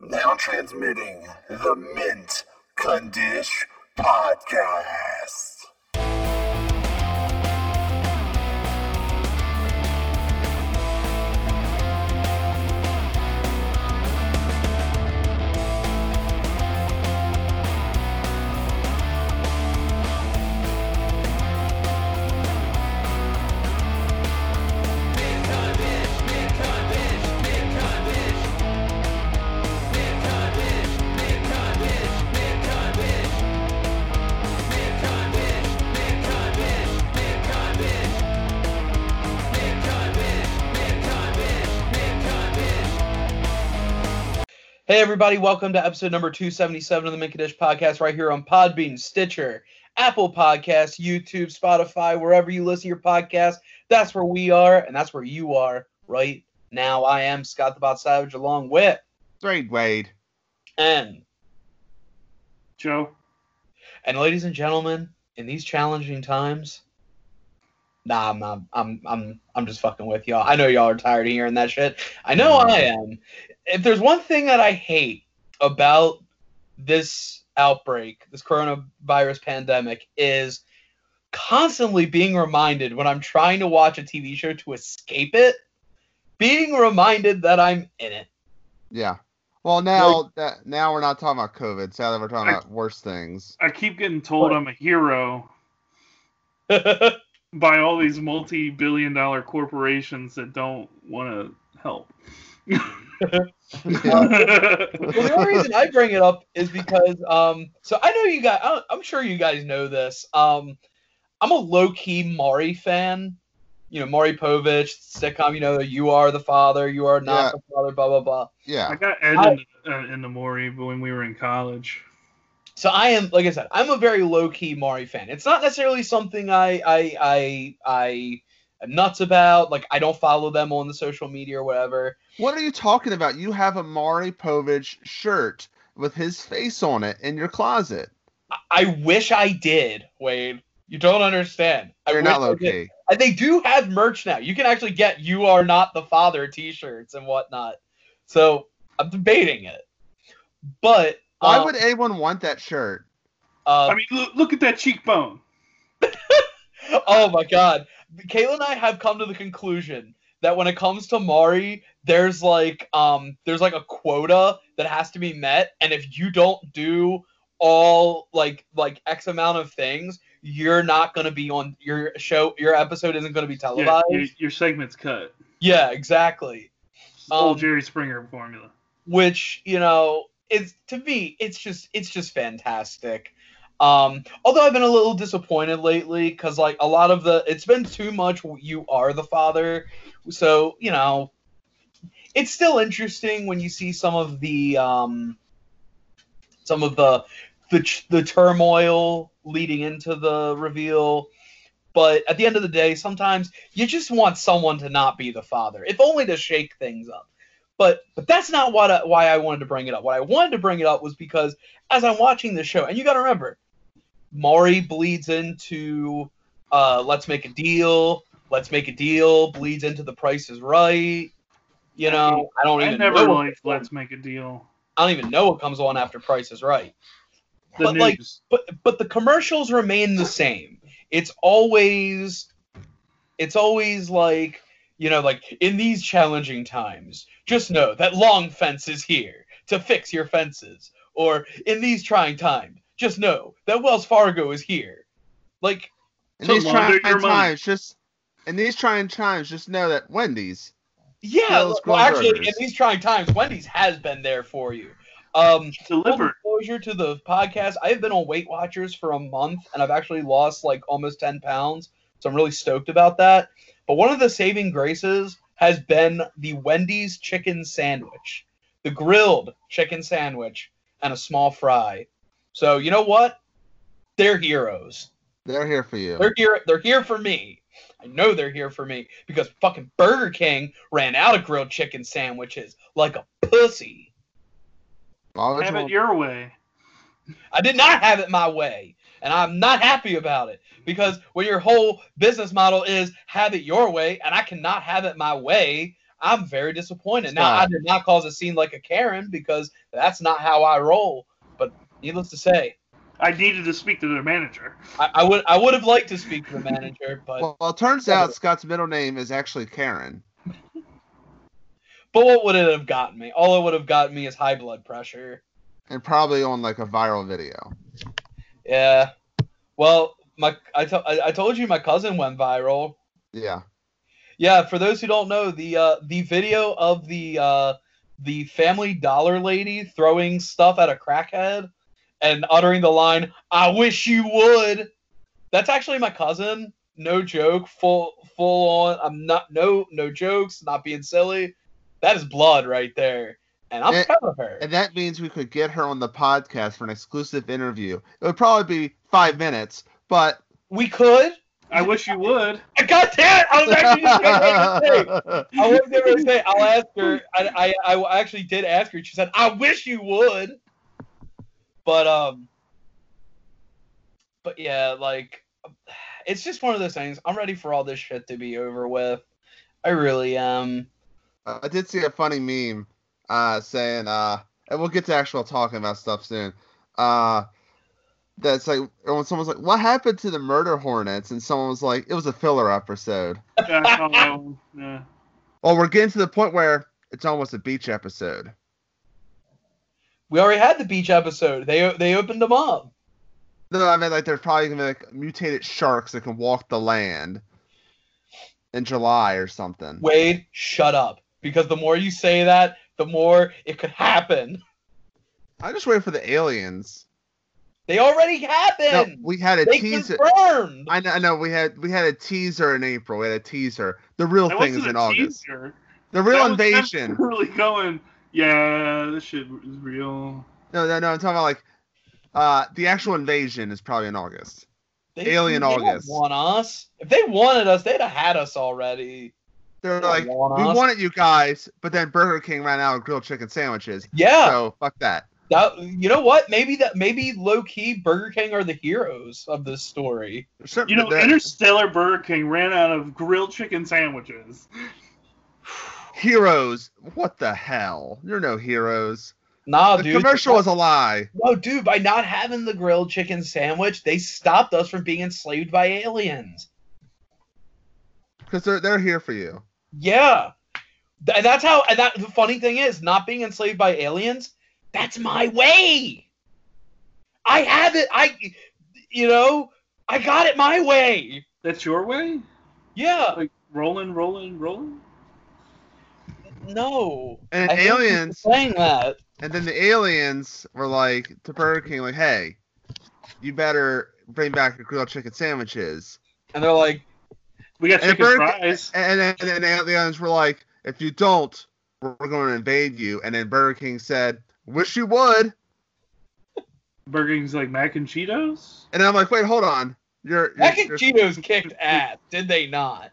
Now transmitting the Mint Condish Podcast. Hey, everybody, welcome to episode number 277 of the Minkadish podcast, right here on Podbean, Stitcher, Apple Podcasts, YouTube, Spotify, wherever you listen to your podcast. That's where we are, and that's where you are right now. I am Scott the Bot Savage, along with Straight Wade. N. Joe. And ladies and gentlemen, in these challenging times, nah, I'm not, I'm I'm I'm just fucking with y'all. I know y'all are tired of hearing that shit. I know I am. If there's one thing that I hate about this outbreak, this coronavirus pandemic, is constantly being reminded when I'm trying to watch a TV show to escape it, being reminded that I'm in it. Yeah. Well, now that now we're not talking about COVID. Sadly, we're talking I- about worse things. I keep getting told I'm a hero by all these multi-billion dollar corporations that don't want to help. well, the only reason I bring it up is because, um, so I know you guys, I- I'm sure you guys know this. Um, I'm a low key Mari fan. You know, Mari Povich, sitcom, you know, you are the father, you are not Yeah. the father, blah, blah, blah. I Yeah. got Ed I- in, the, uh, in the Maury when we were in college. So I am, like I said, I'm a very low key Mari fan. It's not necessarily something I, I, I, I am nuts about. Like, I don't follow them on the social media or whatever. What are you talking about? You have a Mari Povich shirt with his face on it in your closet. I, I wish I did, Wade. You don't understand. I You're wish not I low did. key. And they do have merch now. You can actually get "You Are Not the Father" T-shirts and whatnot. So I'm debating it, but Why uh, would anyone want that shirt? uh, I mean, look, look at that cheekbone. oh my god, Kayla and I have come to the conclusion that when it comes to Mari, there's like um there's like a quota that has to be met, and if you don't do all like like X amount of things, you're not gonna be on your show. Your episode isn't gonna be Yeah, televised. Yeah, your, your segment's cut. exactly. It's old Um, Jerry Springer formula. which you know it's to me it's just it's just fantastic um although i've been a little disappointed lately because like a lot of the it's been too much you are the father so you know it's still interesting when you see some of the um some of the the, ch- the turmoil leading into the reveal but at the end of the day sometimes you just want someone to not be the father if only to shake things up but but that's not what I, why I wanted to bring it up. What I wanted to bring it up was because as I'm watching the show, and you got to remember, Maury bleeds into uh, Let's Make a Deal. Let's Make a Deal bleeds into The Price Is Right. You know, I don't I even never know. liked Let's Make a Deal. I don't even know what comes on after Price Is Right. The But, like, news. But but the commercials remain the same. It's always it's always like you know like in these challenging times just know that long fence is here to fix your fences or in these trying times just know that wells fargo is here like In To these launder trying your money. times, just in these trying times, just know that Wendy's. yeah Wells well, Fargo actually in burgers. these trying times wendy's has been there for you um delivered. Full disclosure to the podcast. I have been on Weight Watchers for a month, and I've actually lost like almost ten pounds, so I'm really stoked about that. But one of the saving graces has been the Wendy's chicken sandwich, the grilled chicken sandwich, and a small fry. So you know what? They're heroes. They're here for you. They're here. They're here for me. I know they're here for me because fucking Burger King ran out of grilled chicken sandwiches like a pussy. Why would Have you it want- your way. I did not have it my way, and I'm not happy about it because when your whole business model is have it your way, and I cannot have it my way, I'm very disappointed. Now I did not cause a scene like a Karen because that's not how I roll. But needless to say, I needed to speak to their manager. I, I would I would have liked to speak to the manager, but Well, well, it turns out Scott's middle name is actually Karen. but what would it have gotten me? All it would have gotten me is high blood pressure. And probably on like a viral video. Yeah. Well, my I, to, I, I told you my cousin went viral. Yeah. Yeah, for those who don't know, the uh, the video of the uh, the Family Dollar lady throwing stuff at a crackhead and uttering the line "I wish you would." That's actually my cousin. No joke. Full full on. I'm not no no jokes. Not being silly. That is blood right there, and I'm Eh, proud of her. And that means we could get her on the podcast for an exclusive interview. It would probably be five minutes, but We could. I wish you would. God damn it! I was actually just gonna make a mistake. I was gonna say I'll ask her. I, I I actually did ask her. She said, "I wish you would," but um, but yeah, like it's just one of those things. I'm ready for all this shit to be over with. I really am. Uh, I did see a funny meme uh, saying, uh, and we'll get to actual talking about stuff soon. Uh, that's like when someone's like, "What happened to the murder hornets?" and someone was like, "It was a filler episode." Yeah, I saw that one. Yeah. Well, we're getting to the point where it's almost a beach episode. We already had the beach episode. They they opened them up. No, I mean like there's probably gonna be like mutated sharks that can walk the land in July or something. Wade, shut up. Because the more you say that, the more it could happen. I just wait for the aliens. They already No, happened. we had a they teaser. confirmed. I know, I know. We had we had a teaser in April. We had a teaser. The real That thing wasn't is in a August. teaser. The real That was them invasion. Really going. Yeah, this shit is real. No, no, no. I'm talking about like uh the actual invasion is probably in August. They, Alien they don't August. want us. If they wanted us, they'd have had us already. They're They like, we want us. wanted you guys, but then Burger King ran out of grilled chicken sandwiches. Yeah, So fuck that. that, you know what? Maybe that maybe low key Burger King are the heroes of this story. There's certain- You know, there- Interstellar Burger King ran out of grilled chicken sandwiches. heroes. What the hell? You're no heroes. Nah, the Oh, dude. commercial is a lie. No, dude. By not having the grilled chicken sandwich, they stopped us from being enslaved by aliens. Because they're they're here for you. Yeah, Th- that's how. And that the funny thing is, not being enslaved by aliens. That's my way. I have it. I, you know, I got it my way. That's your way? Yeah. Like rolling, rolling, rolling? No. And I hate people aliens- saying that. And then the aliens were like to Burger King, like, hey, you better bring back your grilled chicken sandwiches. And they're like, We got And chicken Burger- fries. And then, and then the aliens were like, if you don't, we're going to invade you. And then Burger King said, wish you would. Burger King's like mac and Cheetos? And I'm like, wait, hold on. You're, Mac and you're- Cheetos kicked ass, did they not?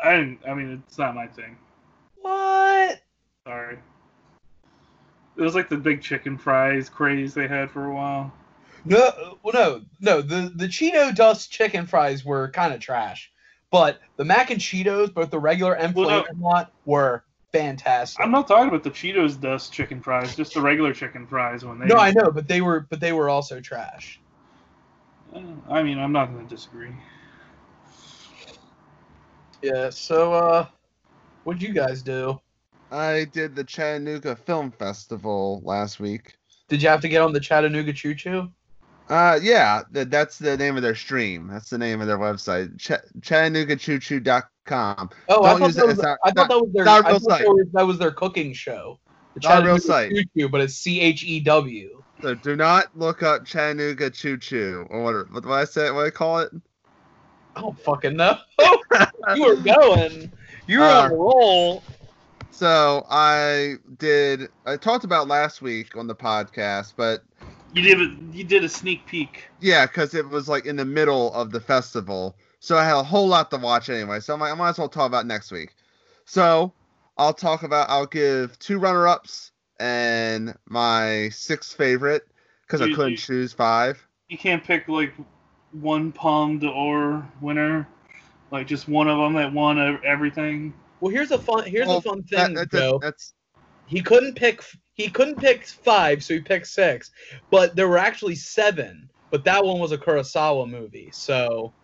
I didn't, I mean, it's not my thing. What? Sorry. It was like the big chicken fries craze they had for a while. No, well, no, no. The the Cheeto dust chicken fries were kind of trash, but the mac and Cheetos, both the regular and Well, no. flavor lot, were fantastic. I'm not talking about the Cheetos dust chicken fries, just the regular chicken fries when they. no, I know, but they were, but they were also trash. I mean, I'm not going to disagree. Yeah. So, uh, what'd you guys do? I did the Chattanooga Film Festival last week. Did you have to get on the Chattanooga Choo Choo? Uh, yeah, that, that's the name of their stream. That's the name of their website, Ch- ChattanoogaChooChoo.com. Oh, I Don't thought, use that it. was, It's not- I thought that was their. not a I real thought site. that was, that was their cooking show. The Not a real Chattanooga site. Choo-Choo, but it's C H E W. So do not look up Chattanooga Choo Choo or what? What do I say? What do I call it? I don't fucking know. you were going. You were on Uh, a roll. So I did. I talked about last week on the podcast, but You did a, you did a sneak peek. yeah, because it was like in the middle of the festival, so I had a whole lot to watch anyway. So I'm like, I might as well talk about next week. So I'll talk about. I'll give two runner-ups and my sixth favorite because I You- couldn't you- choose five. You can't pick like one Palm d'Or winner. Like just one of them that won ev- everything. Well, here's a fun here's Well, a fun thing That, that, though. that, that's he couldn't pick he couldn't pick five, so he picked six. But there were actually seven. But that one was a Kurosawa movie, so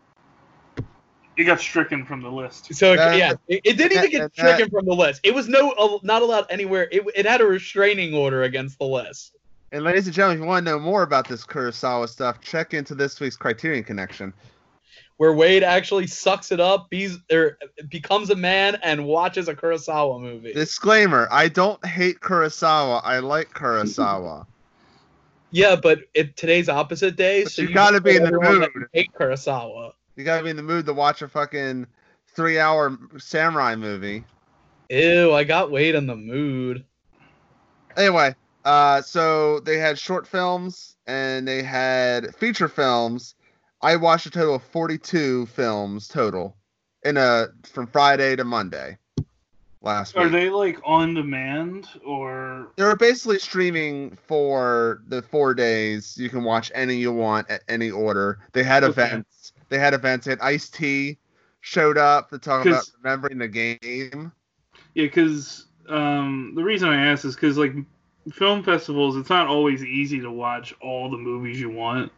It got stricken from the list. so it, That- yeah, it, it didn't even that- get that- stricken from the list. It was no uh, not allowed anywhere. It, it had a restraining order against the list. and ladies and gentlemen, if you want to know more about this Kurosawa stuff, check into this week's Criterion Connection. where Wade actually sucks it up, bees, er, becomes a man, and watches a Kurosawa movie. Disclaimer: I don't hate Kurosawa. I like Kurosawa. yeah, but it, today's opposite day, But so you gotta just tell be in the everyone that mood. you Hate Kurosawa. you gotta be in the mood to watch a fucking three-hour samurai movie. Ew, I got Wade in the mood. anyway, uh, so they had short films and they had feature films. I watched a total of 42 films total in a from Friday to Monday last Are week. They-, they like on demand or were basically streaming for the four days. You can watch any you want at any order. They had Okay. events. They had events. They had Ice T showed up to talk about 'Cause- remembering the game. Yeah, because um, the reason I asked is because like film festivals, it's not always easy to watch all the movies you want.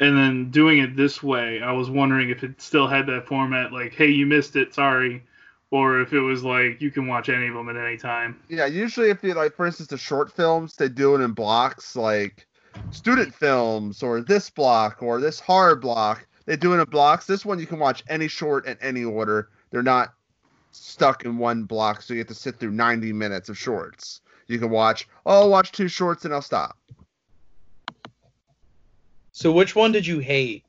And then doing it this way, I was wondering if it still had that format, like "Hey, you missed it, sorry," or if it was like you can watch any of them at any time. Yeah, usually if you like, for instance, the short films, they do it in blocks, like student films or this block or this horror block. They do it in blocks. This one you can watch any short in any order. They're not stuck in one block, so you have to sit through 90 minutes of shorts. You can watch, oh, I'll watch two shorts and I'll stop. So which one did you hate?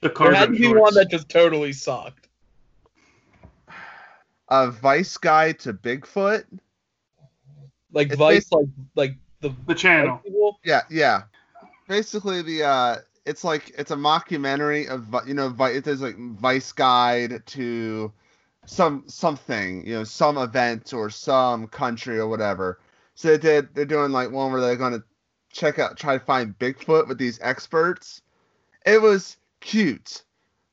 The There had carbon to be shorts. one that just totally sucked. A Vice Guide to Bigfoot. Like It's Vice, like like the the Vice channel. people. Yeah, yeah. Basically, the uh, it's like it's a mockumentary of Vi- you know, Vi- it is like Vice Guide to some something, you know, some event or some country or whatever. So they did. They're doing like one where they're gonna check out, try to find Bigfoot with these experts. It was cute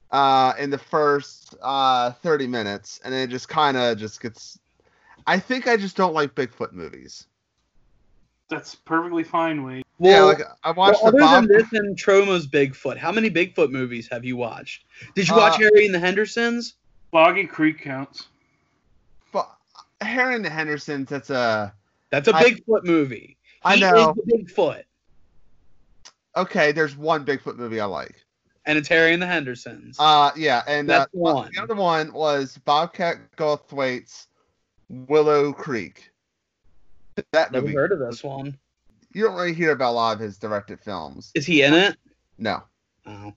uh, in the first uh, thirty minutes, and then it just kind of just gets. I think I just don't like Bigfoot movies. That's perfectly fine, Wade. yeah, Well, like I well, watched the other Bob. than this and Troma's Bigfoot, how many Bigfoot movies have you watched? Did you watch Uh, Harry and the Hendersons? Boggy Creek counts. But Heron Henderson's that's a That's a I- Bigfoot movie. I He know. is the Bigfoot, okay, there's one Bigfoot movie I like. and it's Harry and the Hendersons. Uh yeah, and uh, That's one. the other one was Bobcat Goldthwait's Willow Creek. That Never movie. heard of this one. You don't really hear about a lot of his directed films. Is he in it? No. Oh.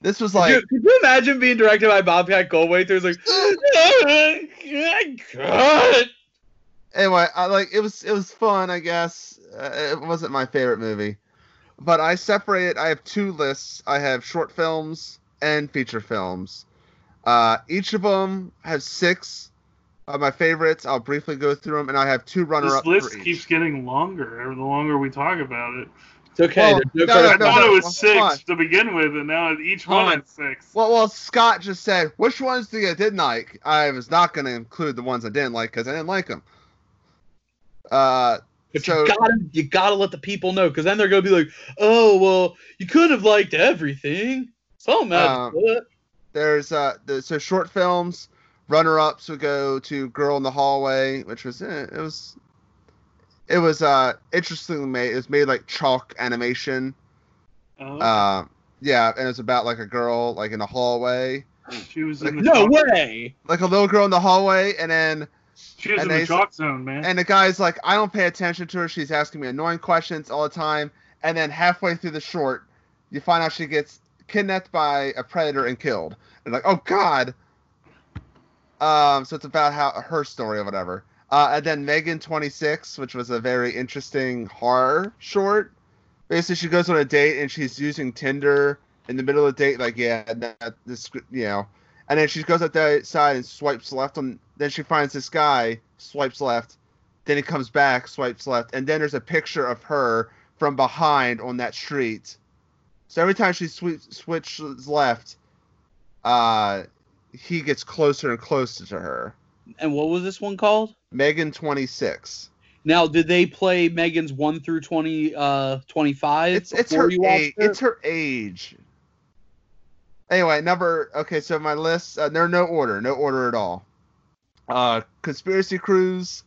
This was Like, like could, you imagine being directed by Bobcat Goldthwait? There's like, God. anyway, I like it was it was fun, I guess. Uh, it wasn't my favorite movie, but I separated. I have two lists. I have short films and feature films. Uh, each of them have six of my favorites. I'll briefly go through them, and I have two This runner-up. list for each. keeps getting longer the longer we talk about it. It's okay. Well, there's no, no, I further- thought it no, was hold on. six to begin with, and now each Hold one on. is six. Well, well, Scott just said which ones do you didn't like. I was not going to include the ones I didn't like because I didn't like them. Uh, But so- you gotta, you gotta let the people know, because then they're gonna be like, oh well, you could have liked everything. Some had Um, it. There's uh, the, so short films. Runner ups would go to Girl in the Hallway, which was eh, it was it was uh interestingly made. It was made like chalk animation. Oh, Uh, yeah, and it's about like a girl like in the hallway, she was in the No chalk- way. like a little girl in the hallway, and then She was And in they- the chalk zone, man. and the guy's like, I don't pay attention to her. She's asking me annoying questions all the time, and then halfway through the short, you find out she gets kidnapped by a predator and killed. And like, oh god. Um, so it's about how her story or whatever. Uh, and then Megan 26, which was a very interesting horror short. Basically, she goes on a date and she's using Tinder in the middle of the date. Like, yeah, that, this, you know. And then she goes outside and swipes left on. Then she finds this guy, swipes left. Then he comes back, swipes left, and then there's a picture of her from behind on that street. So every time she swi- switches left, uh, he gets closer and closer to her. And what was this one called? Megan 26. Now, did they play Megan's 1 through 20, uh, 25? It's it's before her, you watched age, it's her age. Anyway, number okay. So my list, uh, there are no order, no order at all. Uh, Conspiracy Cruise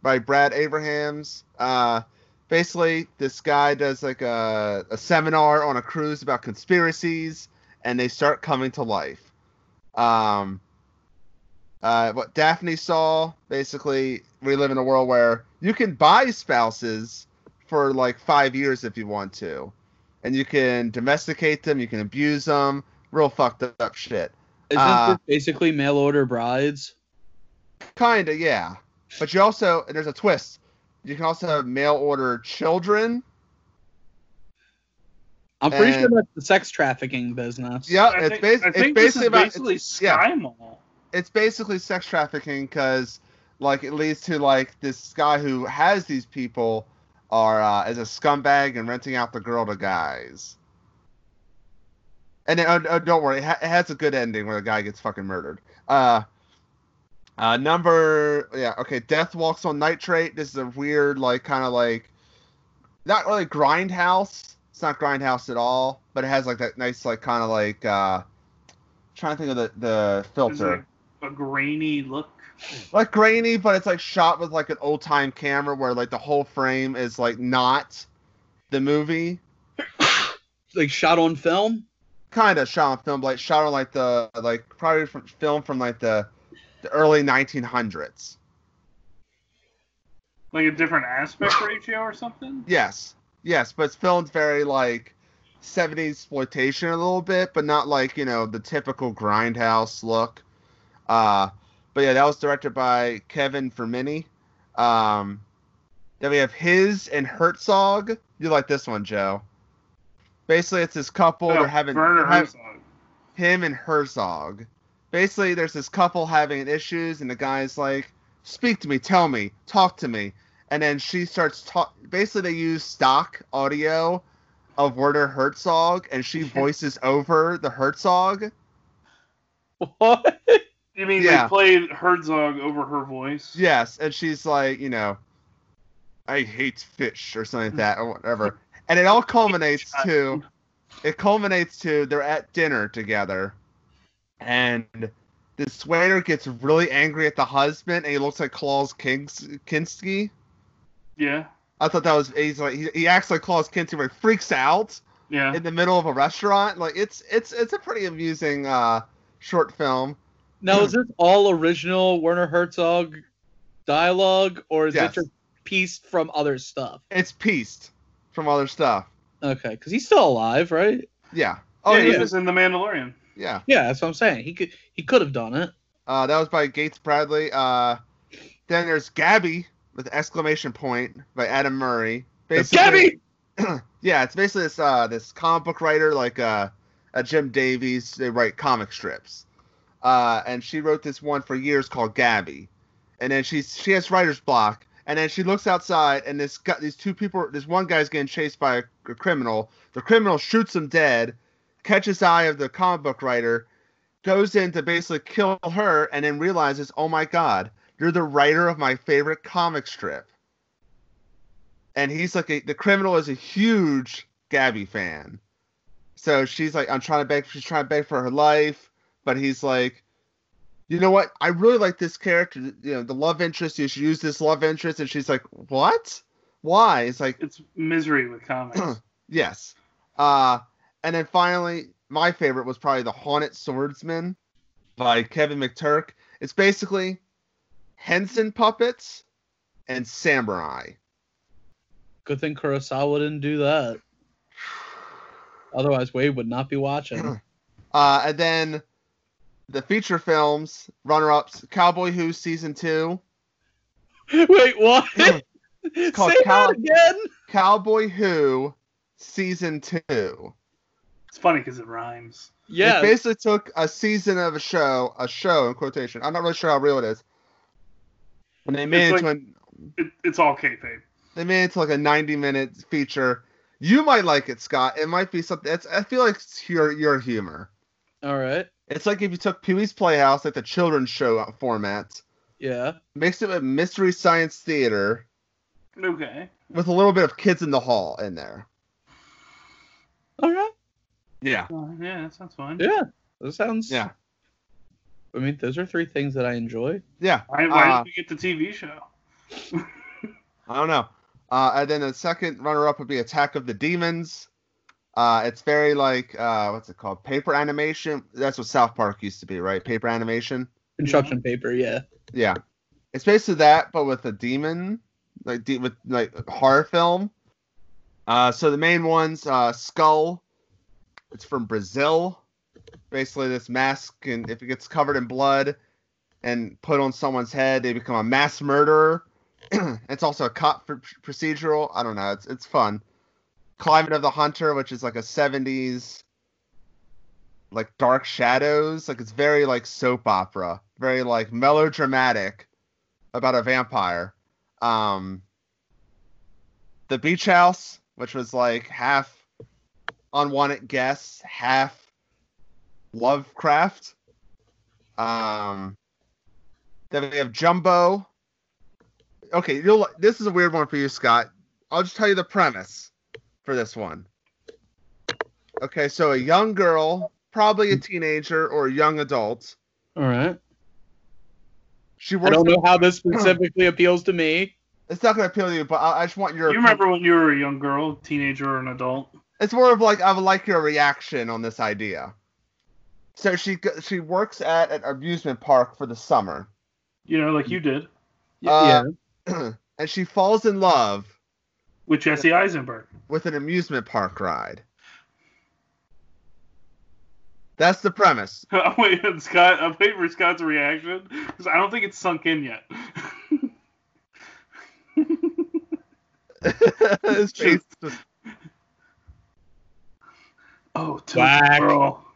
by Brad Abrahams. Uh, basically, this guy does like a, a seminar on a cruise about conspiracies, and they start coming to life. Um, uh, what Daphne saw, basically, we live in a world where you can buy spouses for like five years if you want to, and you can domesticate them, you can abuse them, real fucked up shit. Isn't uh, this basically mail order brides? Kinda, yeah. But you also and there's a twist. You can also have mail order children. I'm pretty sure and- that's the sex trafficking business. Yeah, I uh, it's, think- bas- I it's think this basically is about basically it's, yeah. Sky Mall. it's basically sex trafficking because like it leads to like this guy who has these people are uh, as a scumbag and renting out the girl to guys. And then, oh, oh, don't worry, it, ha- it has a good ending where the guy gets fucking murdered. Uh, uh, number yeah, okay. Death walks on nitrate. This is a weird like kind of like not really grindhouse. It's not grindhouse at all, but it has like that nice like kind of like uh, trying to think of the the It's filter like a grainy look. like grainy, but it's like shot with like an old time camera where like the whole frame is like not the movie. Like shot on film? Kind of shot on film, like shot on like the like probably from film from like the the early 1900s. Like a different aspect ratio or something? Yes, yes, but it's filmed very like 70s exploitation a little bit, but not like you know the typical grindhouse look. Uh, but yeah, that was directed by Kevin Fermini. Um, then we have his and Herzog. You like this one, Joe? Basically, it's this couple. No, they're having Werner they're having- Herzog. him and Herzog. Basically, there's this couple having issues, and the guy's like, "Speak to me, tell me, talk to me." And then she starts talk. Basically, they use stock audio of Werner Herzog, and she voices over the Herzog. What? You mean Yeah. they played Herzog over her voice? Yes, and she's like, you know, I hate fish or something like that or whatever. And it all culminates to it culminates to they're at dinner together and this waiter gets really angry at the husband and he looks like Klaus Kings- Kinski. Yeah. I thought that was he's like he, he acts like Klaus Kinski where he freaks out Yeah. in the middle of a restaurant. Like it's it's it's a pretty amusing uh short film. Now, is this all original Werner Herzog dialogue, or is Yes. it just pieced from other stuff? It's pieced from other stuff. Okay, because he's still alive, right? Yeah. Oh, Oh yeah, he yeah. was in The Mandalorian. yeah. Yeah, that's what I'm saying. He could he could have done it. Uh, that was by Gates Bradley. Uh, then there's Gabby with exclamation point by Adam Murray. Gabby! yeah, it's basically this uh, this comic book writer like uh, a Jim Davies. They write comic strips, uh, and she wrote this one for years called Gabby, and then she she has writer's block, and then she looks outside, and this got these two people. This one guy's getting chased by a, a criminal. The criminal shoots him dead, catches eye of the comic book writer, goes in to basically kill her, and then realizes, oh my god, you're the writer of my favorite comic strip and he's like a, the criminal is a huge Gabby fan. So she's like, I'm trying to beg. She's trying to beg for her life, but he's like, you know what? I really like this character. You know, the love interest. You should use this love interest. And she's like, what? Why? It's like, It's misery with comics. yes. Uh, and then finally, my favorite was probably the Haunted Swordsman by Kevin McTurk. It's basically Henson puppets and samurai. Good thing Kurosawa didn't do that. Otherwise, Wade would not be watching. Uh, and then the feature films, runner ups, Cowboy Who season two, Wait, what? It's Say called that Cal- again. Cowboy Who season two. It's funny because it rhymes. It Yeah, basically took a season of a show, a show in quotation. I'm not really sure how real it is. And they made It's it to a, It, it's all kayfabe. they made it to like a 90 minute feature. You might like it, Scott. It might be something. It's, I feel like it's your your humor. all right. It's like if you took Pee Wee's Playhouse, like the children's show format, Yeah. mixed it with Mystery Science Theater Okay. with a little bit of Kids in the Hall in there. All right. Yeah. Uh, yeah, that sounds fun. Yeah. That sounds. Yeah. I mean, those are three things that I enjoy. Yeah. Why, why Uh, did we get the TV show? I don't know. Uh, and then the second runner-up would be Attack of the Demons. Uh, it's very like uh, what's it called? Paper animation. That's what South Park used to be, right? Paper animation. Construction paper. Yeah. Yeah, it's basically that, but with a demon, like de- with like horror film. Uh, so the main ones, uh, Skull. It's from Brazil. Basically, this mask, and if it gets covered in blood and put on someone's head, they become a mass murderer. it's also a cop pr- procedural. I don't know. It's it's fun. Climate of the Hunter, which is like a '70s, like Dark Shadows. Like it's very like soap opera, very like melodramatic about a vampire. Um, the Beach House, which was like half unwanted guests, half Lovecraft. Um, then we have Jumbo. Okay, you'll li- this is a weird one for you, Scott. I'll just tell you the premise for this one. Okay, so a young girl, probably Hmm. a teenager or a young adult, All right. she I works. don't know how this specifically appeals to me. It's not going to appeal to you, but I, I just want your. You remember when you were a young girl, teenager, or an adult? It's more of like I would like your reaction on this idea. So she go- she works at an amusement park for the summer. You know, like you did Y- Uh, and she falls in love with Jesse Eisenberg. with an amusement park ride. That's the premise. I'm waiting, Scott. I'm waiting for Scott's reaction because I don't think it's sunk in yet. His face just- oh, tilt Whack. a whirl.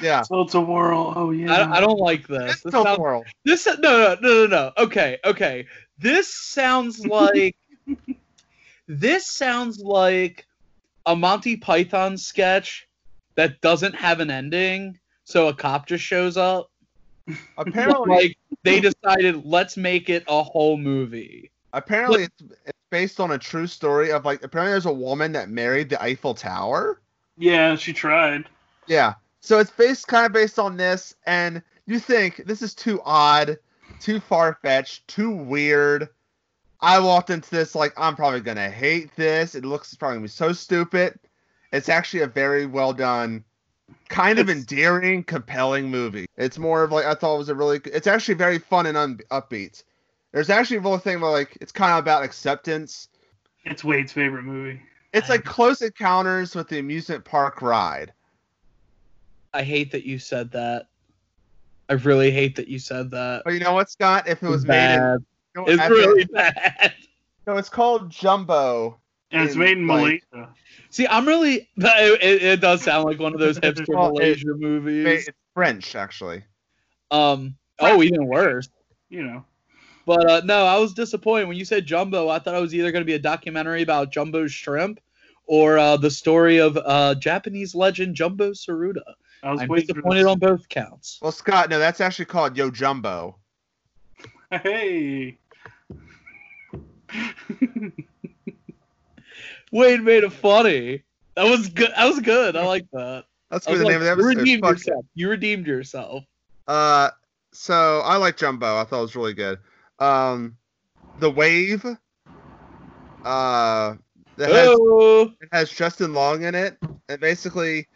yeah. Tilt a whirl. Oh yeah. yeah. I, don't- I don't like this. It's This the sounds world. This no no no no no. Okay okay. This sounds like this sounds like a Monty Python sketch that doesn't have an ending. So a cop just shows up. Apparently, Like they decided, let's make it a whole movie. apparently it's, it's based on a true story of like apparently there's a woman that married the Eiffel Tower. Yeah, she tried. Yeah. So it's based kind of based on this, and you think this is too odd, too far fetched, too weird. I walked into this like I'm probably gonna hate this. It looks it's probably gonna be so stupid. It's actually a very well done, kind of It's- endearing, compelling movie. It's more of like I thought it was a really. It's actually very fun and un- upbeat. There's actually a little thing where like it's kind of about acceptance. It's Wade's favorite movie. It's like close encounters with the amusement park ride. I hate that you said that. I really hate that you said that. But you know what, Scott? If it was made in bad. No, It's I think- really bad. no, it's called Jumbo. And it's And, made in like, Malaysia. See, I'm really. It, it, it does sound like one of those hipster Well, it- Malaysia It- movies. It's French, actually. Um. Oh, even worse. You know. But uh, no, I was disappointed when you said Jumbo. I thought it was either going to be a documentary about Jumbo Shrimp or uh, the story of uh, Japanese legend Jumbo Saruda. I was I'm waiting for disappointed this. on both counts. Well, Scott, no, that's actually called Yo Jumbo. Hey. Wade made it funny. That was good. That was good. I like that. That's I gonna was be like, the name of the you episode. redeemed Fuck yourself. You redeemed yourself. it. Uh, so I like Jumbo. I thought it was really good. Um, the Wave. Uh, that has, Oh, it has Justin Long in it, and basically,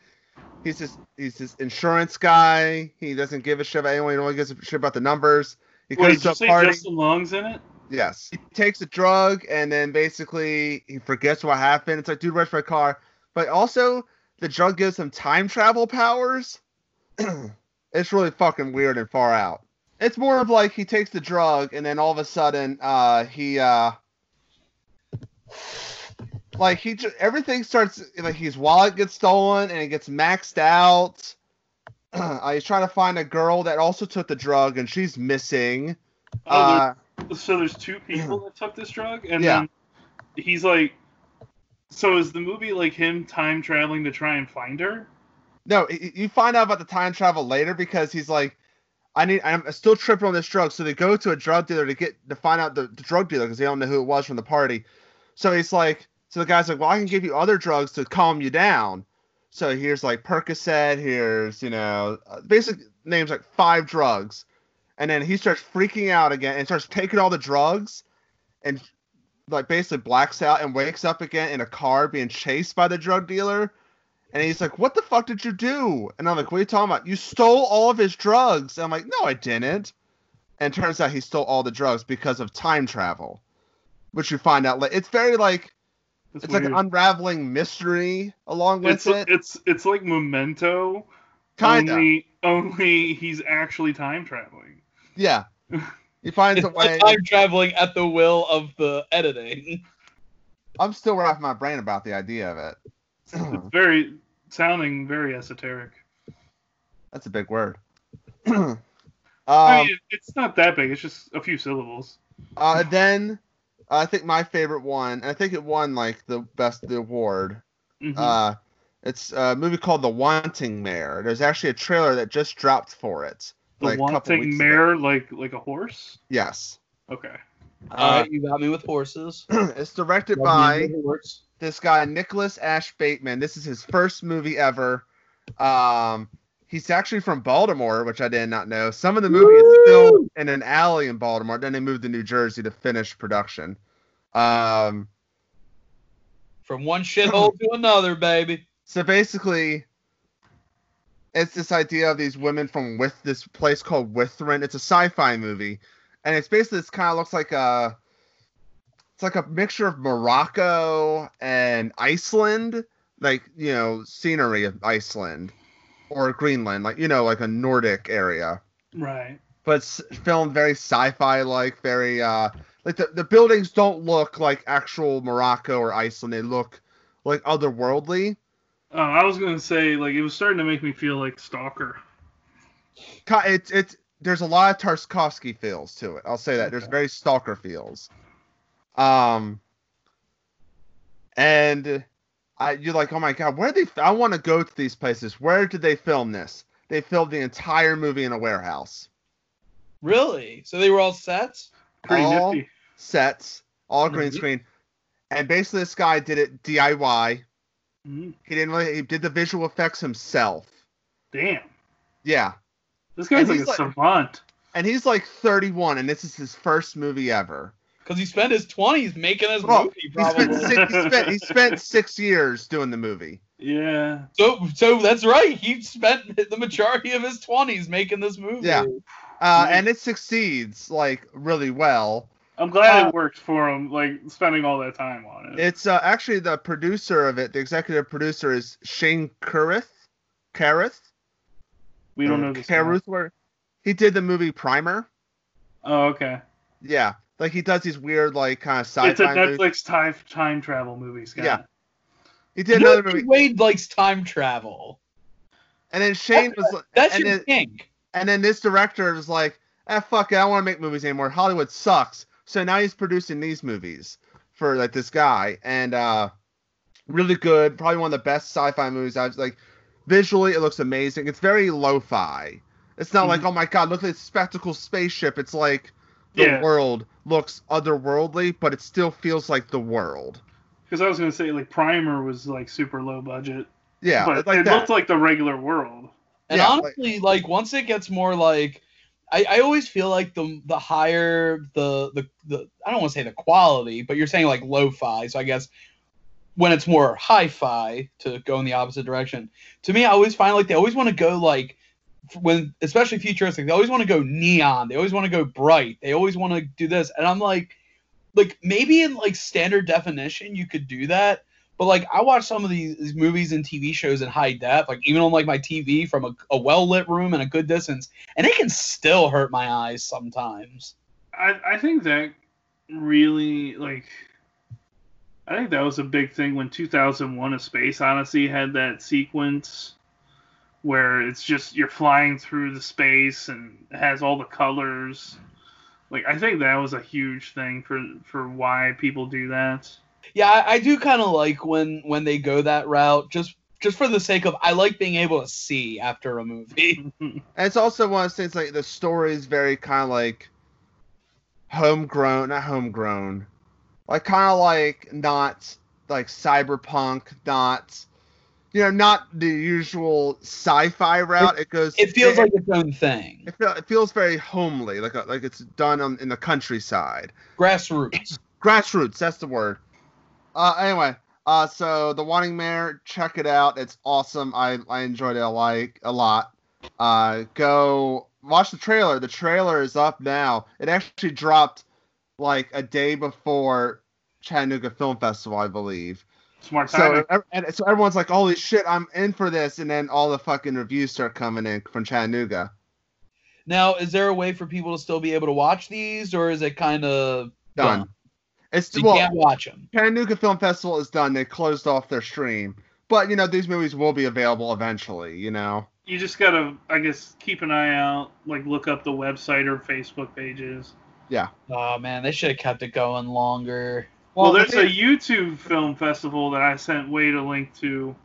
he's just he's this insurance guy. He doesn't give a shit about anyone. He only gives a shit about the numbers. He goes Wait, did to you a say party. Justin Long's in it? Yes. He takes a drug and then basically he forgets what happened. It's like, dude, where's my car? But also, the drug gives him time travel powers. it's really fucking weird and far out. It's more of like he takes the drug and then all of a sudden, uh, he, uh, like he just everything starts like his wallet gets stolen and it gets maxed out. uh, he's trying to find a girl that also took the drug and she's missing. Oh, uh, there's- so there's two people that took this drug, and Yeah. then he's like, so is the movie like him time traveling to try and find her? No, y- y- you find out about the time travel later because he's like, I need. I'm still tripping on this drug, so they go to a drug dealer to get to find out the, the drug dealer because they don't know who it was from the party. So he's like, so the guy's like, well, I can give you other drugs to calm you down. So here's like Percocet. Here's you know, uh, basic names like five drugs, and then he starts freaking out again and starts taking all the drugs, and like basically blacks out and wakes up again in a car being chased by the drug dealer. And he's like, What the fuck did you do? And I'm like, What are you talking about? You stole all of his drugs. And I'm like, No, I didn't. And it turns out he stole all the drugs because of time travel, which you find out. Like, it's very like, That's it's like an weird. unraveling mystery along with Mm-hmm. it's, it. it's it's like Memento. Kind of. Only, only he's actually time traveling. Yeah. He finds It's a way. like time traveling at the will of the editing. I'm still wrapping my brain about the idea of it. It's very sounding very esoteric. That's a big word. um, I mean, it's not that big. It's just a few syllables. Uh, then uh, I think my favorite one, and I think it won like the best the award. Mhm. Uh, it's a movie called The Wanting Mare. There's actually a trailer that just dropped for it. the like, couple weeks wanting ago. mare, like like a horse. Yes, Okay. All uh, right, you got me with horses. it's directed Got me by with horse. this guy Nicholas Ash Bateman. This is his first movie ever. Um, he's actually from Baltimore, which I did not know. Some of the movie is filmed in an alley in Baltimore. Then they moved to New Jersey to finish production. Um, from one shithole to another, baby. So basically, it's this idea of these women from with this place called Withrin. It's a sci-fi movie, and it's basically this kind of looks like a, it's like a mixture of Morocco and Iceland, like you know, scenery of Iceland or Greenland, like you know, like a Nordic area. Right. But it's filmed very sci-fi like, very uh, like the the buildings don't look like actual Morocco or Iceland. They look like otherworldly. Uh, I was gonna say like it was starting to make me feel like stalker. Ki- it's it's there's a lot of Tarkovsky feels to it. I'll say that there's very stalker feels. Um, and I you're like, oh my god, where they? I want to go to these places. Where did they film this? They filmed the entire movie in a warehouse, Really? So they were all sets? Pretty All- nifty. sets, all green Mhm. screen, and basically this guy did it DIY. Mhm. He didn't really. He did the visual effects himself. Damn. Yeah, This guy's And like a he's like- savant. and he's like 31, and this is his first movie ever. Because he spent his twenties making this Well, movie, He spent, probably. six, he, spent, he spent six years doing the movie. Yeah. So, so that's right. He spent the majority of his twenties making this movie. Yeah. Uh, and it succeeds like really well. I'm glad Uh, it worked for him, like spending all that time on it. It's uh, actually the producer of it, the executive producer is Shane Carruth. Carruth? we don't know this. guy. Carruth, where he did the movie Primer. Oh, okay. Yeah. Like he does these weird, like kind of sci It's a fi movies. Netflix time time travel movie, Scott. Yeah. He You did know another Ricky movie. Wade likes time travel. And then Shane was That's and your then, thing. and then this director was like, ah, fuck it, I don't want to make movies anymore. Hollywood sucks. So now he's producing these movies for like this guy, and uh, really good. Probably one of the best sci-fi movies I've like. Visually, it looks amazing. It's very lo-fi. It's not Mm-hmm. like, oh my god, look at this spectacle spaceship. It's like the Yeah. world looks otherworldly, but it still feels like the world. Because I was gonna say like Primer was like super low budget. Yeah, But like it that. looked like the regular world. And Yeah, like- honestly, like, once it gets more like, I, I always feel like the the higher the the, the I don't want to say the quality, but you're saying like lo-fi, so I guess when it's more hi-fi to go in the opposite direction. To me, I always find like they always want to go like f- when especially futuristic, they always want to go neon, they always want to go bright, they always want to do this, and I'm like, like maybe in like standard definition you could do that, but like I watch some of these, these movies and TV shows in high def, like even on like my TV from a, a well lit room and a good distance, and it can still hurt my eyes sometimes. I I think that really like I think that was a big thing when 2001 A Space Odyssey had that sequence where it's just you're flying through the space and it has all the colors. Like I think that was a huge thing for for why people do that. Yeah, I, I do kind of like when when they go that route, just just for the sake of I like being able to see after a movie. And it's also one of those things like the story is very kind of like homegrown, not homegrown, like kind of like not like cyberpunk, not you know, not the usual sci-fi route. It, goes. It feels like its own thing. it, feel- it feels very homely, like a, like it's done on, in the countryside, Grassroots. grassroots. That's the word. Uh, anyway, uh, so the Wanting Mare, check it out. It's awesome. I I enjoyed it a like a lot. Uh, go watch the trailer. The trailer is up now. It actually dropped like a day before Chattanooga Film Festival, I believe. Smart timing. So, ev- and, so everyone's like, "Holy shit, I'm in for this!" And then all the fucking reviews start coming in from Chattanooga. Now, is there a way for people to still be able to watch these, or is it kind of Done. Done. It's you well, can't watch them? Chattanooga Film Festival is done. They closed off their stream, but you know these movies will be available eventually. You know, you just gotta, I guess, keep an eye out. Like, look up the website or Facebook pages. Oh man, they should have kept it going longer. Well, the there's a thing- YouTube film festival that I sent Wade a link to.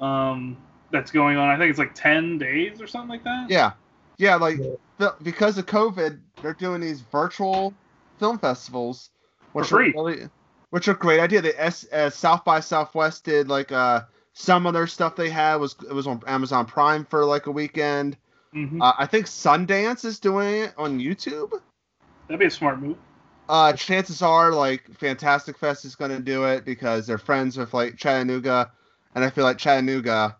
Um, that's going on. I think it's like ten days or something like that. yeah, yeah, like Yeah. the- because of COVID, they're doing these virtual film festivals, which For are free. really, which are a great idea. The S, uh, South by Southwest did like uh some of their stuff they had was it was on Amazon Prime for like a weekend. hmm Uh, I think Sundance is doing it on YouTube. That'd be a smart move. Uh, chances are, like Fantastic Fest is going to do it because they're friends with like Chattanooga, and I feel like Chattanooga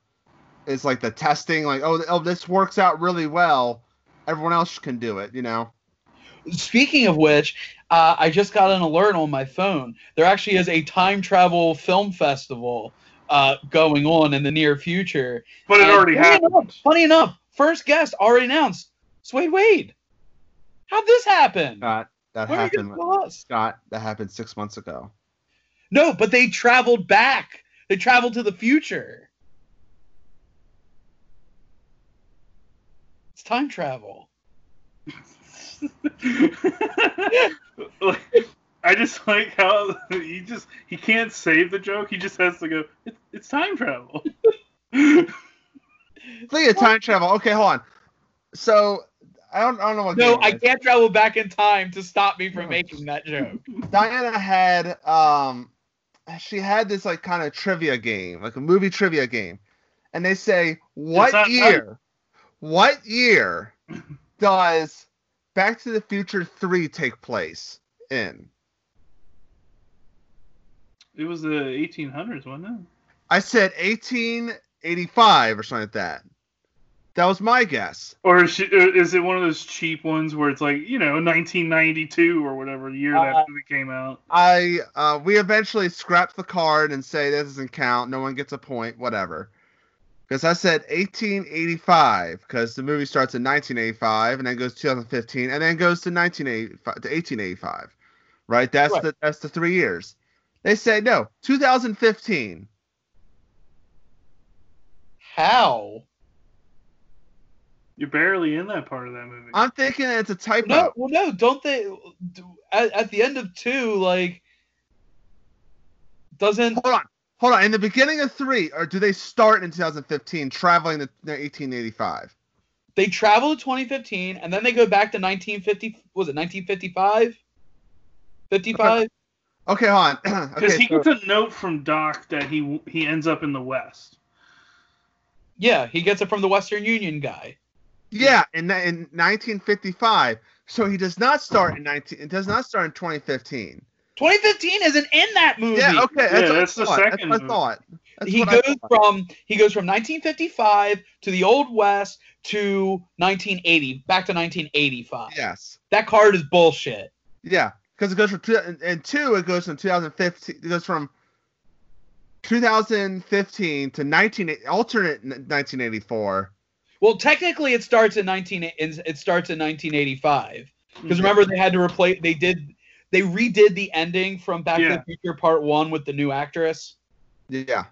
is like the testing. Like, oh, oh, this works out really well. Everyone else can do it, you know. Speaking of which, uh, I just got an alert on my phone. There actually is a time travel film festival uh, going on in the near future. But it And already funny happened. Enough, funny enough, first guest already announced Swade Wade. How'd this happen? Scott, Uh, that What are you happened. gonna tell us? Scott, that happened six months ago. No, but they traveled back. They traveled to the future. It's time travel. I just like how he just he can't save the joke. He just has to go. It, it's time travel. Think of time travel. Okay, hold on. So I don't, I don't know what. No, game it I is. can't travel back in time to stop me No. from making that joke. Diana had um she had this like kind of trivia game, like a movie trivia game. And they say, What not year? What year does Back to the Future 3 take place in? It was the 1800s, wasn't it? I said 1885 or something like that. That was my guess. Or is, she, or is it one of those cheap ones where it's like you know 1992 or whatever year Uh, that movie came out? I uh, we eventually scrapped the card and say that doesn't count. No one gets a point. Whatever. Because I said 1885 because the movie starts in 1985 and then goes 2015 and then goes to 1985 to 1885. Right. That's Right. the that's the three years. They say no 2015. How? You're barely in that part of that movie. I'm thinking it's a typo. No, well, no, don't they? do- At, at the end of two, like, doesn't Hold on. Hold on. In the beginning of three, or do they start in 2015 traveling to 1885? they travel to 2015 and then they go back to 1950? Was it 1955? 55? Okay, hold on. Because okay, he so- gets a note from Doc that he he ends up in the West. Yeah, he gets it from the Western Union guy. Yeah, in, ni- in 1955. So he does not start in 19. It does not start in 2015. 2015 isn't in that movie. Yeah, okay. That's, what I that's the thought, second That's what movie. I thought. That's he what I goes from thought. he goes from 1955 to the Old West to 1980, back to 1985. Yes. That card is bullshit. Yeah, because it goes from two, and- and two. It goes from 2015. It goes from 2015 to 19 alternate n- 1984. Well, technically, it starts in 19 it it starts in 1985 because Mm-hmm. Mhm. remember they had to replace they did they redid the ending from Back Yeah. to the Future Part One with the new actress. Yeah.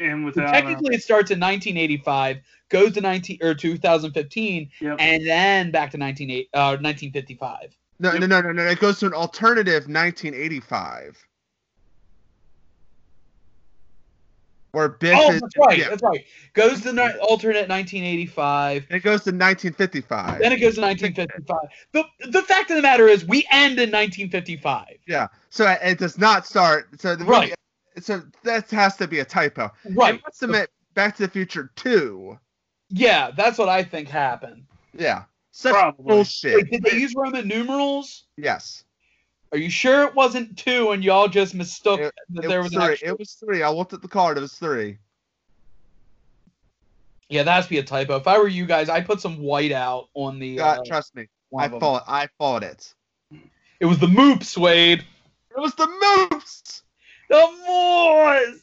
And So without uh, technically, it starts in 1985, goes to 19 or 2015, yep. and then back to 19 uh, 1955. No, Yep. no, no, no, no. It goes to an alternative 1985. where Biff oh, is that's right. yeah, That's right. Goes to ni- alternate 1985. it goes to 1955. Then it goes to 1955. The the fact of the matter is, we end in 1955. yeah, so it, it does not start. So the Right. movie, so that has to be a typo. I Right. must admit, Back to the Future Two. Yeah, that's what I think happened. Yeah, such Probably. bullshit. Wait, did they use Roman numerals? yes, Are you sure it wasn't two and y'all just mistook It- that it there was was, three. an extra? It was three. I looked at the card. It was three. Yeah, that has to be a typo. If I were you guys, I'd put some white out on the. God, uh, trust me, one I of 'em. fought. I fought it. It was the moops, Wade. It was the moves. The Moors.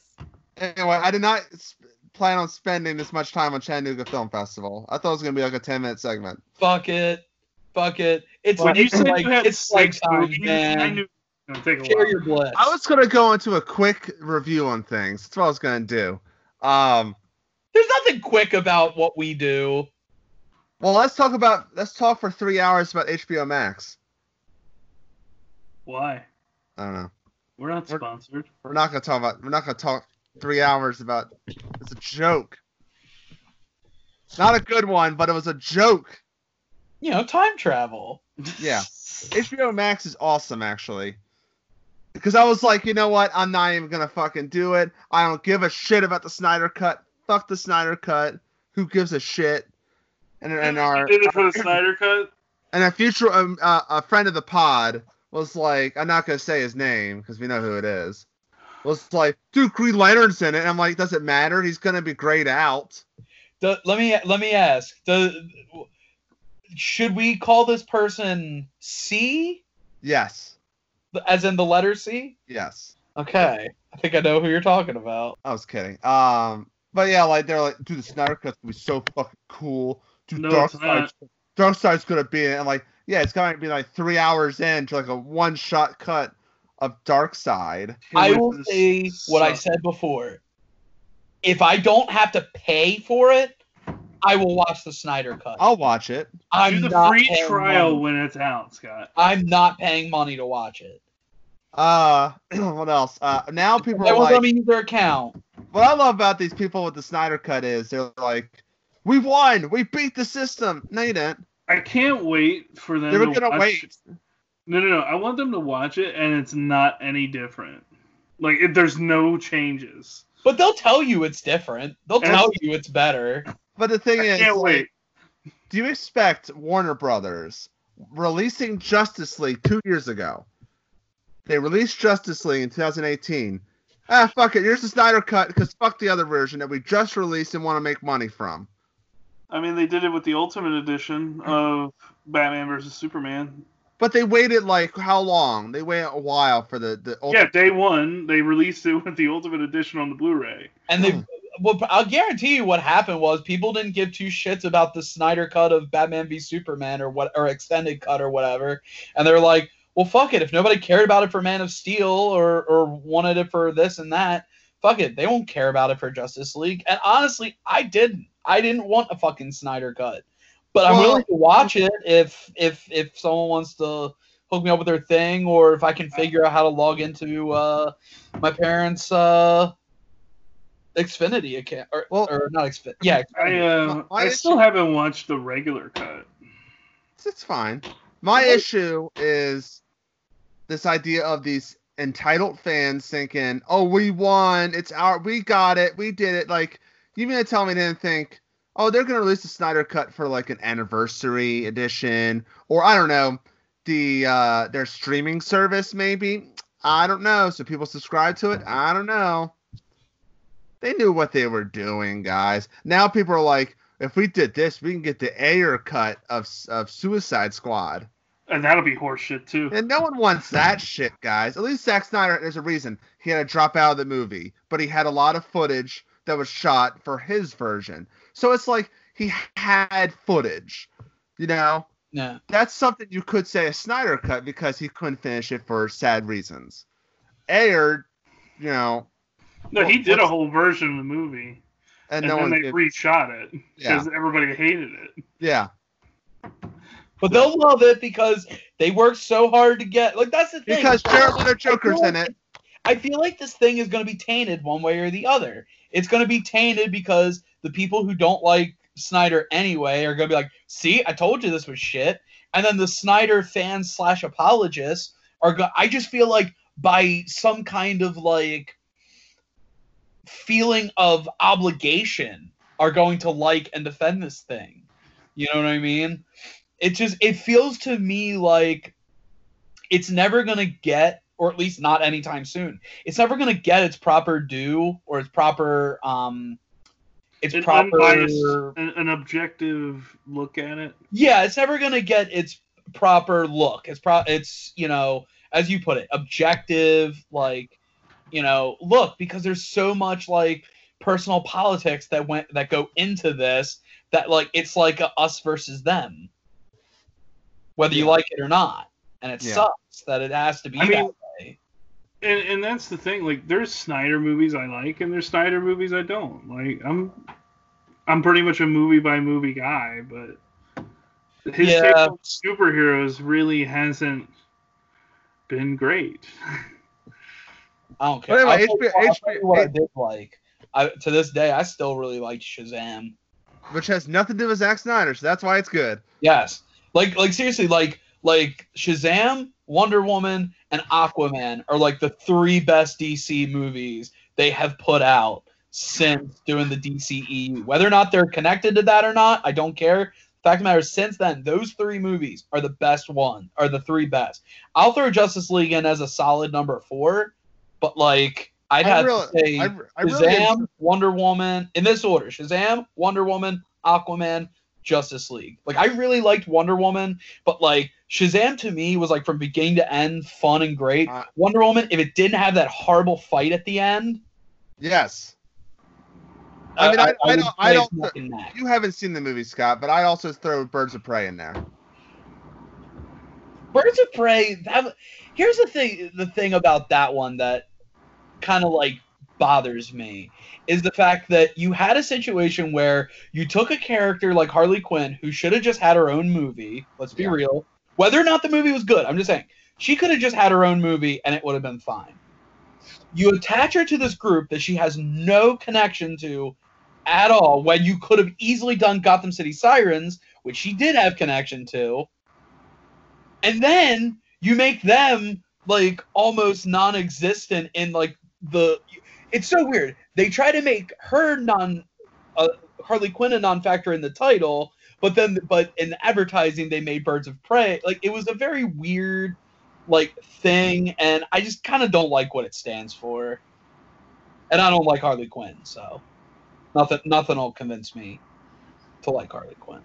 Anyway, I did not sp- plan on spending this much time on Chattanooga Film Festival. I thought it was gonna be like a ten minute segment. Fuck it. Fuck it. It's When like, you said like- you had it's six like time, movies, I man. knew it was gonna take a Share while. your bliss. I was gonna go into a quick review on things. That's what I was gonna do. Um, There's nothing quick about what we do. well, let's talk about let's talk for three hours about HBO Max. Why? I don't know. We're not We're- sponsored. We're not gonna talk about. We're not gonna talk three hours about. It's a joke. Not a good one, but it was a joke. You know, time travel. Yeah. HBO Max is awesome, actually. Because I was like, you know what? I'm not even gonna fucking do it. I don't give a shit about the Snyder Cut. Fuck the Snyder Cut. Who gives a shit? And and our did it for the Snyder cut. and a future um, uh, a friend of the pod was like, I'm not gonna say his name because we know who it is. Was like, dude, Green Lantern's in it. And I'm like, does it matter? He's gonna be grayed out. Do, let me let me ask. Do, should we call this person C, Yes, as in the letter C? yes. Okay, I think I know who you're talking about. I was kidding. Um, but yeah, like they're like, dude, the Snyder Cut's gonna be so fucking cool. Dude, No, Dark it's not. Side's, Dark Side's gonna be in. it. And like, yeah, it's gonna be like three hours in to like a one shot cut of Dark Side. I Which will is- say what I sucks. said before. If I don't have to pay for it, I will watch the Snyder Cut. I'll watch it. I'm Do the not free paying trial money. when it's out, Scott. I'm not paying money to watch it. Uh, what else? Uh, now people are Everyone's like, gonna use their account. what I love about these people with the Snyder Cut is they're like, we won, we beat the system. No, you didn't. I can't wait for them. They were to gonna watch- wait. No, no, no. I want them to watch it, and it's not any different. Like, it, there's no changes. But they'll tell you it's different. They'll And- tell you it's better. But the thing I is, can't like, wait. do you expect Warner Brothers releasing Justice League two years ago? They released Justice League in 2018. Ah, fuck it. Here's the Snyder cut because fuck the other version that we just released and want to make money from. I mean, they did it with the Ultimate Edition of Batman versus Superman. But they waited like how long? They waited a while for the the ult- Yeah, day one, they released it with the Ultimate Edition on the Blu-ray. And they, well, I'll guarantee you what happened was people didn't give two shits about the Snyder cut of Batman v Superman or what, or extended cut or whatever. And they're like, well, fuck it. If nobody cared about it for Man of Steel or or wanted it for this and that, fuck it. They won't care about it for Justice League. And honestly, I didn't. I didn't want a fucking Snyder cut, but I'm Well- willing to watch it if if if someone wants to hook me up with their thing or if I can figure out how to log into uh, my parents' uh, Xfinity account or, Well- or not Xfinity. Yeah, I uh, My I still haven't watched the regular cut. It's, it's fine. My issue is this idea of these entitled fans thinking, "Oh, we won. It's our. We got it. We did it." Like you mean to tell me they didn't think, "Oh, they're gonna release the Snyder Cut for like an anniversary edition, or I don't know, the uh, their streaming service maybe. I don't know. So people subscribe to it. I don't know." They knew what they were doing, guys. Now people are like, if we did this, we can get the Ayer cut of of Suicide Squad, And that'll be horseshit too. and no one wants that shit, guys. At least Zack Snyder, there's a reason he had to drop out of the movie, but he had a lot of footage that was shot for his version. So it's like he had footage, you know. yeah. That's something you could say a Snyder cut because he couldn't finish it for sad reasons. Ayer, you know, No, he Well, did a what's- whole version of the movie, and, and, no then one they did. reshot it Yeah. because everybody hated it. yeah. But they'll love it because they worked so hard to get. Like that's the thing. uh, Because Jared Leto Joker's in it. I feel like this thing is going to be tainted one way or the other. It's going to be tainted because the people who don't like Snyder anyway are going to be like, "See, I told you this was shit." And then the Snyder fans slash apologists are going. I just feel like by some kind of like feeling of obligation are going to like and defend this thing. You know what I mean? It just it feels to me like it's never going to get or at least not anytime soon. It's never going to get its proper due or its proper um its an proper unbiased, an, an objective look at it. yeah, it's never going to get its proper look. It's pro it's you know, as you put it, objective like you know, look because there's so much like personal politics that went that go into this that like it's like a us versus them. Whether you Yeah. like it or not. And it Yeah. sucks that it has to be I that mean, And and that's the thing. Like, there's Snyder movies I like, and there's Snyder movies I don't. Like, I'm I'm pretty much a movie by movie guy, but his Yeah. take on superheroes really hasn't been great. I don't care. But anyway, I'll tell you HBO what- I'll tell you what I did like. I, to this day, I still really liked Shazam. which has nothing to do with Zack Snyder, so that's why it's good. Yes, like like seriously, like like Shazam, Wonder Woman, and Aquaman are like the three best DC movies they have put out since doing the DCEU. Whether or not they're connected to that or not, I don't care. Fact of the matter is, since then, those three movies are the best one, are the three best. I'll throw Justice League in as a solid number four, but like I'd I have really, to say I, I Shazam, really, enjoy- Wonder Woman, in this order: Shazam, Wonder Woman, Aquaman, Justice League. Like I really liked Wonder Woman, but like Shazam to me was like from beginning to end fun and great. Uh, Wonder Woman, if it didn't have that horrible fight at the end, yes. I mean, I- I would don't- I place don't- nothing next. You haven't seen the movie, Scott, but I also throw Birds of Prey in there. Birds of Prey. That, here's the thing. The thing about that one that kind of like bothers me is the fact that you had a situation where you took a character like Harley Quinn who should have just had her own movie. Let's be Yeah. real. Whether or not the movie was good, I'm just saying she could have just had her own movie and it would have been fine. You attach her to this group that she has no connection to at all when you could have easily done Gotham City Sirens, which she did have connection to. And then you make them like almost non-existent in like the it's so weird. They try to make her non uh, Harley Quinn a non-factor in the title, but then but in the advertising they made Birds of Prey. Like it was a very weird like thing and I just kind of don't like what it stands for. And I don't like Harley Quinn, so nothing nothing will convince me to like Harley Quinn.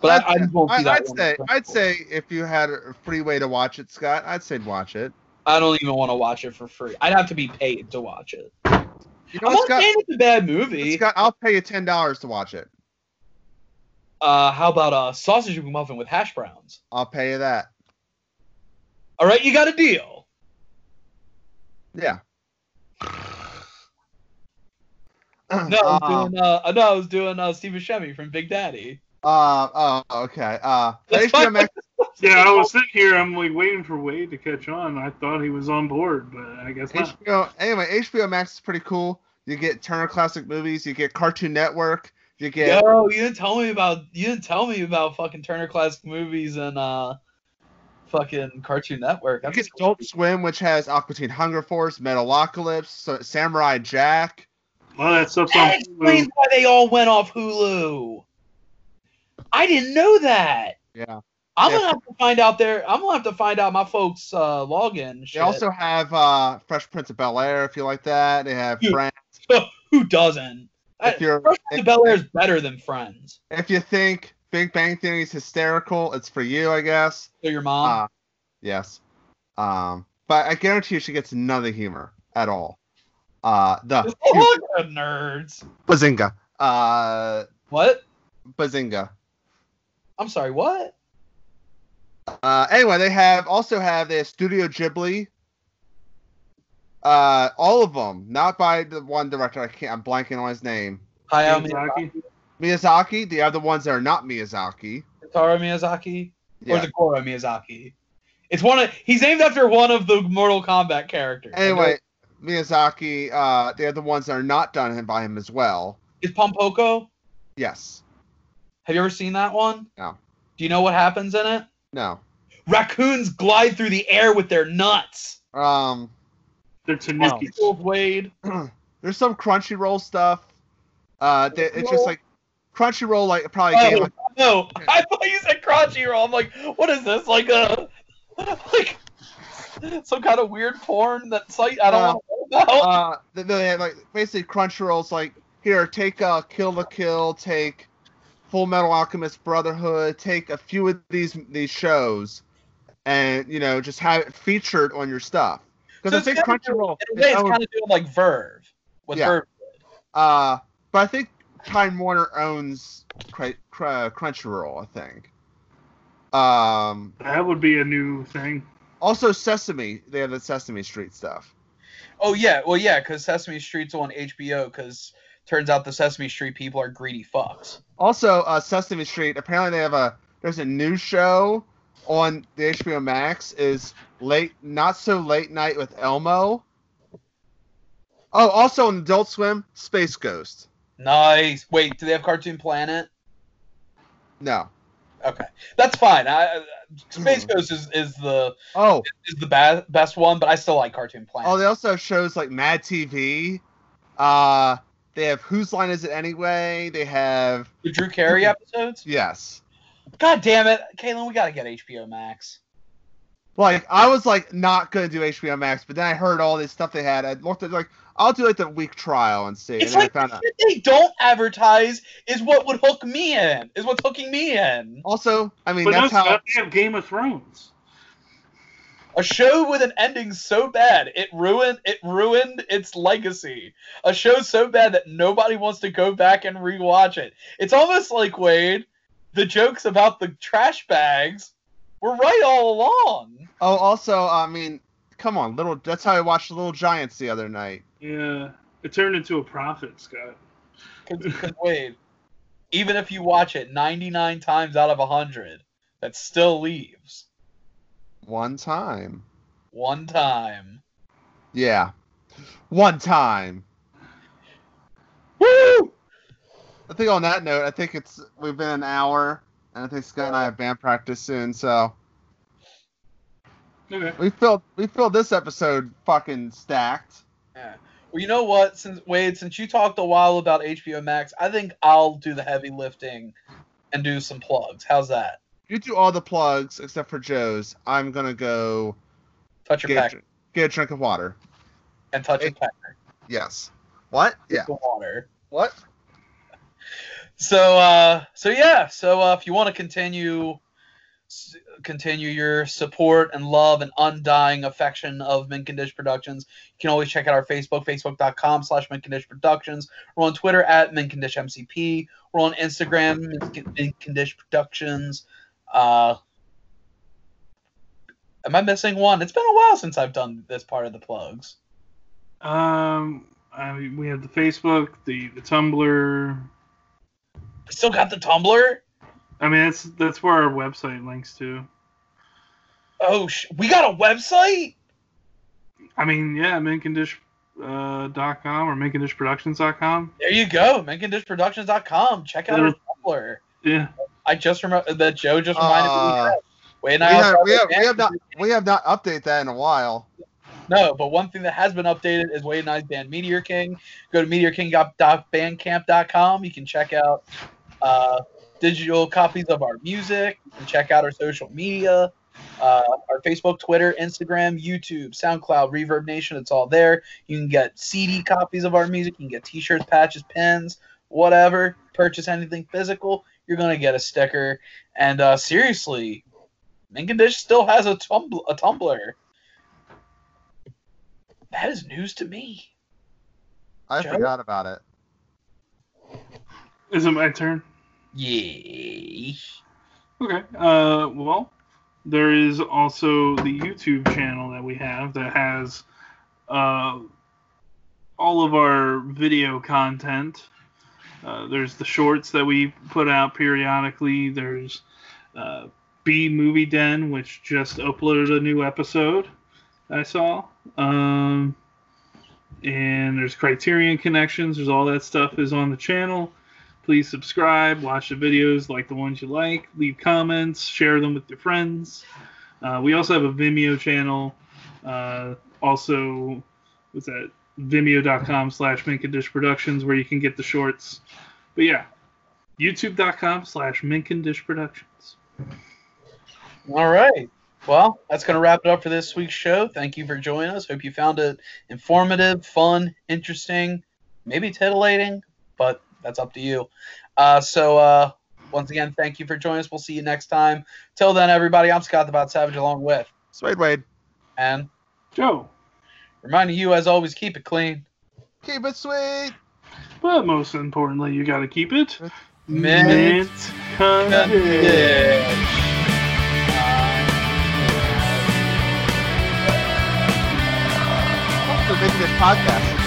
But I, I just won't see I, that I'd one. say, I'd say, if you had a free way to watch it, Scott, I'd say watch it. I don't even want to watch it for free. I'd have to be paid to watch it. You know I'm what, not Scott? saying it's a bad movie. Scott, I'll pay you ten dollars to watch it. Uh, how about uh, sausage muffin with hash browns? I'll pay you that. All right, you got a deal. Yeah. No, I was Uh, doing. Uh, uh, no, I was doing uh, Steve Buscemi from Big Daddy. uh, oh, okay. Uh, That's HBO Max. yeah, I was sitting here. I'm like waiting for Wade to catch on. I thought he was on board, but I guess not. HBO. Anyway, HBO Max is pretty cool. You get Turner Classic Movies. You get Cartoon Network. You get Yo, you didn't tell me about. You didn't tell me about fucking Turner Classic Movies and uh, fucking Cartoon Network. you I'm get just- Adult Swim, which has Aqua Teen Hunger Force, Metalocalypse, so, Samurai Jack. Well, that stuff's on That explains Hulu. why they all went off Hulu. I didn't know that. Yeah. I'm Yeah. gonna have to find out there. I'm gonna have to find out my folks' uh, login. and They Shit. also have uh, Fresh Prince of Bel Air if you like that. They have Yeah. Friends. who doesn't? If I- you're Fresh Prince of Bel Air is better than Friends. if you think Big Bang Theory is hysterical, it's for you, I guess. So your mom. Uh, Yes. Um, but I guarantee you she gets none of the humor at all. Uh, the Look at nerds. bazinga. Uh, What? bazinga. I'm sorry. What? Uh, anyway, they have also have they have Studio Ghibli. Uh, all of them, not by the one director. I can't. I'm blanking on his name. Hayao Miyazaki. Miyazaki. Miyazaki. They have the ones that are not Miyazaki. Taro Miyazaki. Yeah. Or the Goro Miyazaki. It's one of he's named after one of the Mortal Kombat characters. I know Anyway, Miyazaki, uh, they're the ones that are not done by him as well. it's Pompoko. Yes. Have you ever seen that one? No. Do you know what happens in it? No. Raccoons glide through the air with their nuts. Um, They're Tanuki. Wolf Wade. there's some Crunchyroll stuff. Uh, they, it's just like Crunchyroll, like probably Oh. gave, like, No, I thought you said Crunchyroll. I'm like, what is this? Like a like some kind of weird porn that site I Uh, don't want to know about. uh, they, they had, like basically Crunchyroll's like here, take uh, Kill the Kill, take Full Metal Alchemist Brotherhood, take a few of these these shows, and you know just have it featured on your stuff. So Because it's I think kinda doing- Crunchyroll, In a way, its it's own- kind of doing like Verve. What Yeah. Verve? uh, but I think Time Warner owns Cra- Cra- Crunchyroll. I think. Um, That would be a new thing. also Sesame, they have the Sesame Street stuff. Oh yeah, well yeah, because Sesame Street's on HBO. Because turns out the Sesame Street people are greedy fucks. Also, uh, Sesame Street. Apparently, they have a there's a new show on the HBO Max is late, not so late night with Elmo. Oh, also on Adult Swim, Space Ghost. Nice. Wait, do they have Cartoon Planet? No. Okay, that's fine. I, I- Hmm. Space Ghost is, is the Oh, is the best best one, but I still like Cartoon Planet. oh, they also have shows like Mad TV. Uh, they have Whose Line Is It Anyway? They have the Drew Carey episodes. yes. God damn it, Caitlin, we gotta get HBO Max. Like I was like not gonna do HBO Max, but then I heard all this stuff they had. I looked at like I'll do like the week trial and see. It's and then like I the found out. shit they don't advertise is what would hook me in. Is what's hooking me in. Also, I mean but that's that's how they have Game of Thrones. A show with an ending so bad it ruined it ruined its legacy. A show so bad that nobody wants to go back and rewatch it. It's almost like Wade, the jokes about the trash bags were right all along. Oh, also, I mean, come on, little. That's how I watched Little Giants the other night. Yeah, it turned into a profit, Scott. Because Wade, even if you watch it 99 times out of 100, that still leaves One time. one time. Yeah. One time. Woo! I think on that note, I think it's we've been an hour, and I think Scott and I have band practice soon, so Okay. we filled we filled this episode fucking stacked. Yeah. Well, you know what? Since Wade, since you talked a while about HBO Max, I think I'll do the heavy lifting and do some plugs. How's that? You do all the plugs except for Joe's. I'm gonna go Touch your get a, pack dr- get a drink of water. and touch your pack Yes. What? Yeah. of water. What? So, uh, so yeah. So uh, if you want to continue, s- continue your support and love and undying affection of Minkindish Productions, you can always check out our Facebook, facebook.com slash Minkindish Productions. We're on Twitter at Minkindish MCP. We're on Instagram, Minkin- Minkindish Productions. Uh, am I missing one? It's been a while since I've done this part of the plugs. Um, I mean, we have the Facebook, the the Tumblr. Still got the Tumblr? I mean, that's that's where our website links to. Oh, sh- we got a website? I mean, yeah, Mincondish uh, dot com or minkindishproductions.com. There you go, MenkinDishProductions.com. Check out our Tumblr. Yeah. I just remember that Joe just reminded Uh, me. that. Wait, and We I also have, we, have have, a we have band- not we have not updated that in a while. No, but one thing that has been updated is Wade and I's band Meteor King. Go to meteorking.bandcamp.com. You can check out uh, digital copies of our music. You can check out our social media, uh, our Facebook, Twitter, Instagram, YouTube, SoundCloud, Reverb Nation. It's all there. You can get CD copies of our music. You can get T-shirts, patches, pins, whatever. Purchase anything physical, you're gonna get a sticker. And uh, seriously, Minkin Dish still has a tumbl a Tumblr. That is news to me. I Joe? forgot about it. Is it my turn? Yeah. Okay. Uh, well, there is also the YouTube channel that we have that has uh, all of our video content. Uh, there's the shorts that we put out periodically. There's uh, B Movie Den, which just uploaded a new episode. I saw. Um, and there's Criterion Connections. There's all that stuff is on the channel. Please subscribe, watch the videos, like the ones you like, leave comments, share them with your friends. Uh, we also have a Vimeo channel. Uh, also, what's that? Vimeo.com slash Minka Dish Productions, where you can get the shorts. But yeah, YouTube.com slash Minkin Dish Productions. All right. Well, that's going to wrap it up for this week's show. Thank you for joining us. Hope you found it informative, fun, interesting, maybe titillating, but that's up to you. Uh, so, uh, once again, thank you for joining us. We'll see you next time. Till then, everybody, I'm Scott the Bot Savage along with Wade Wade. and Joe, reminding you, as always, keep it clean. Keep it sweet. but most importantly, you got to keep it Mint condition. Thanks for making this podcast.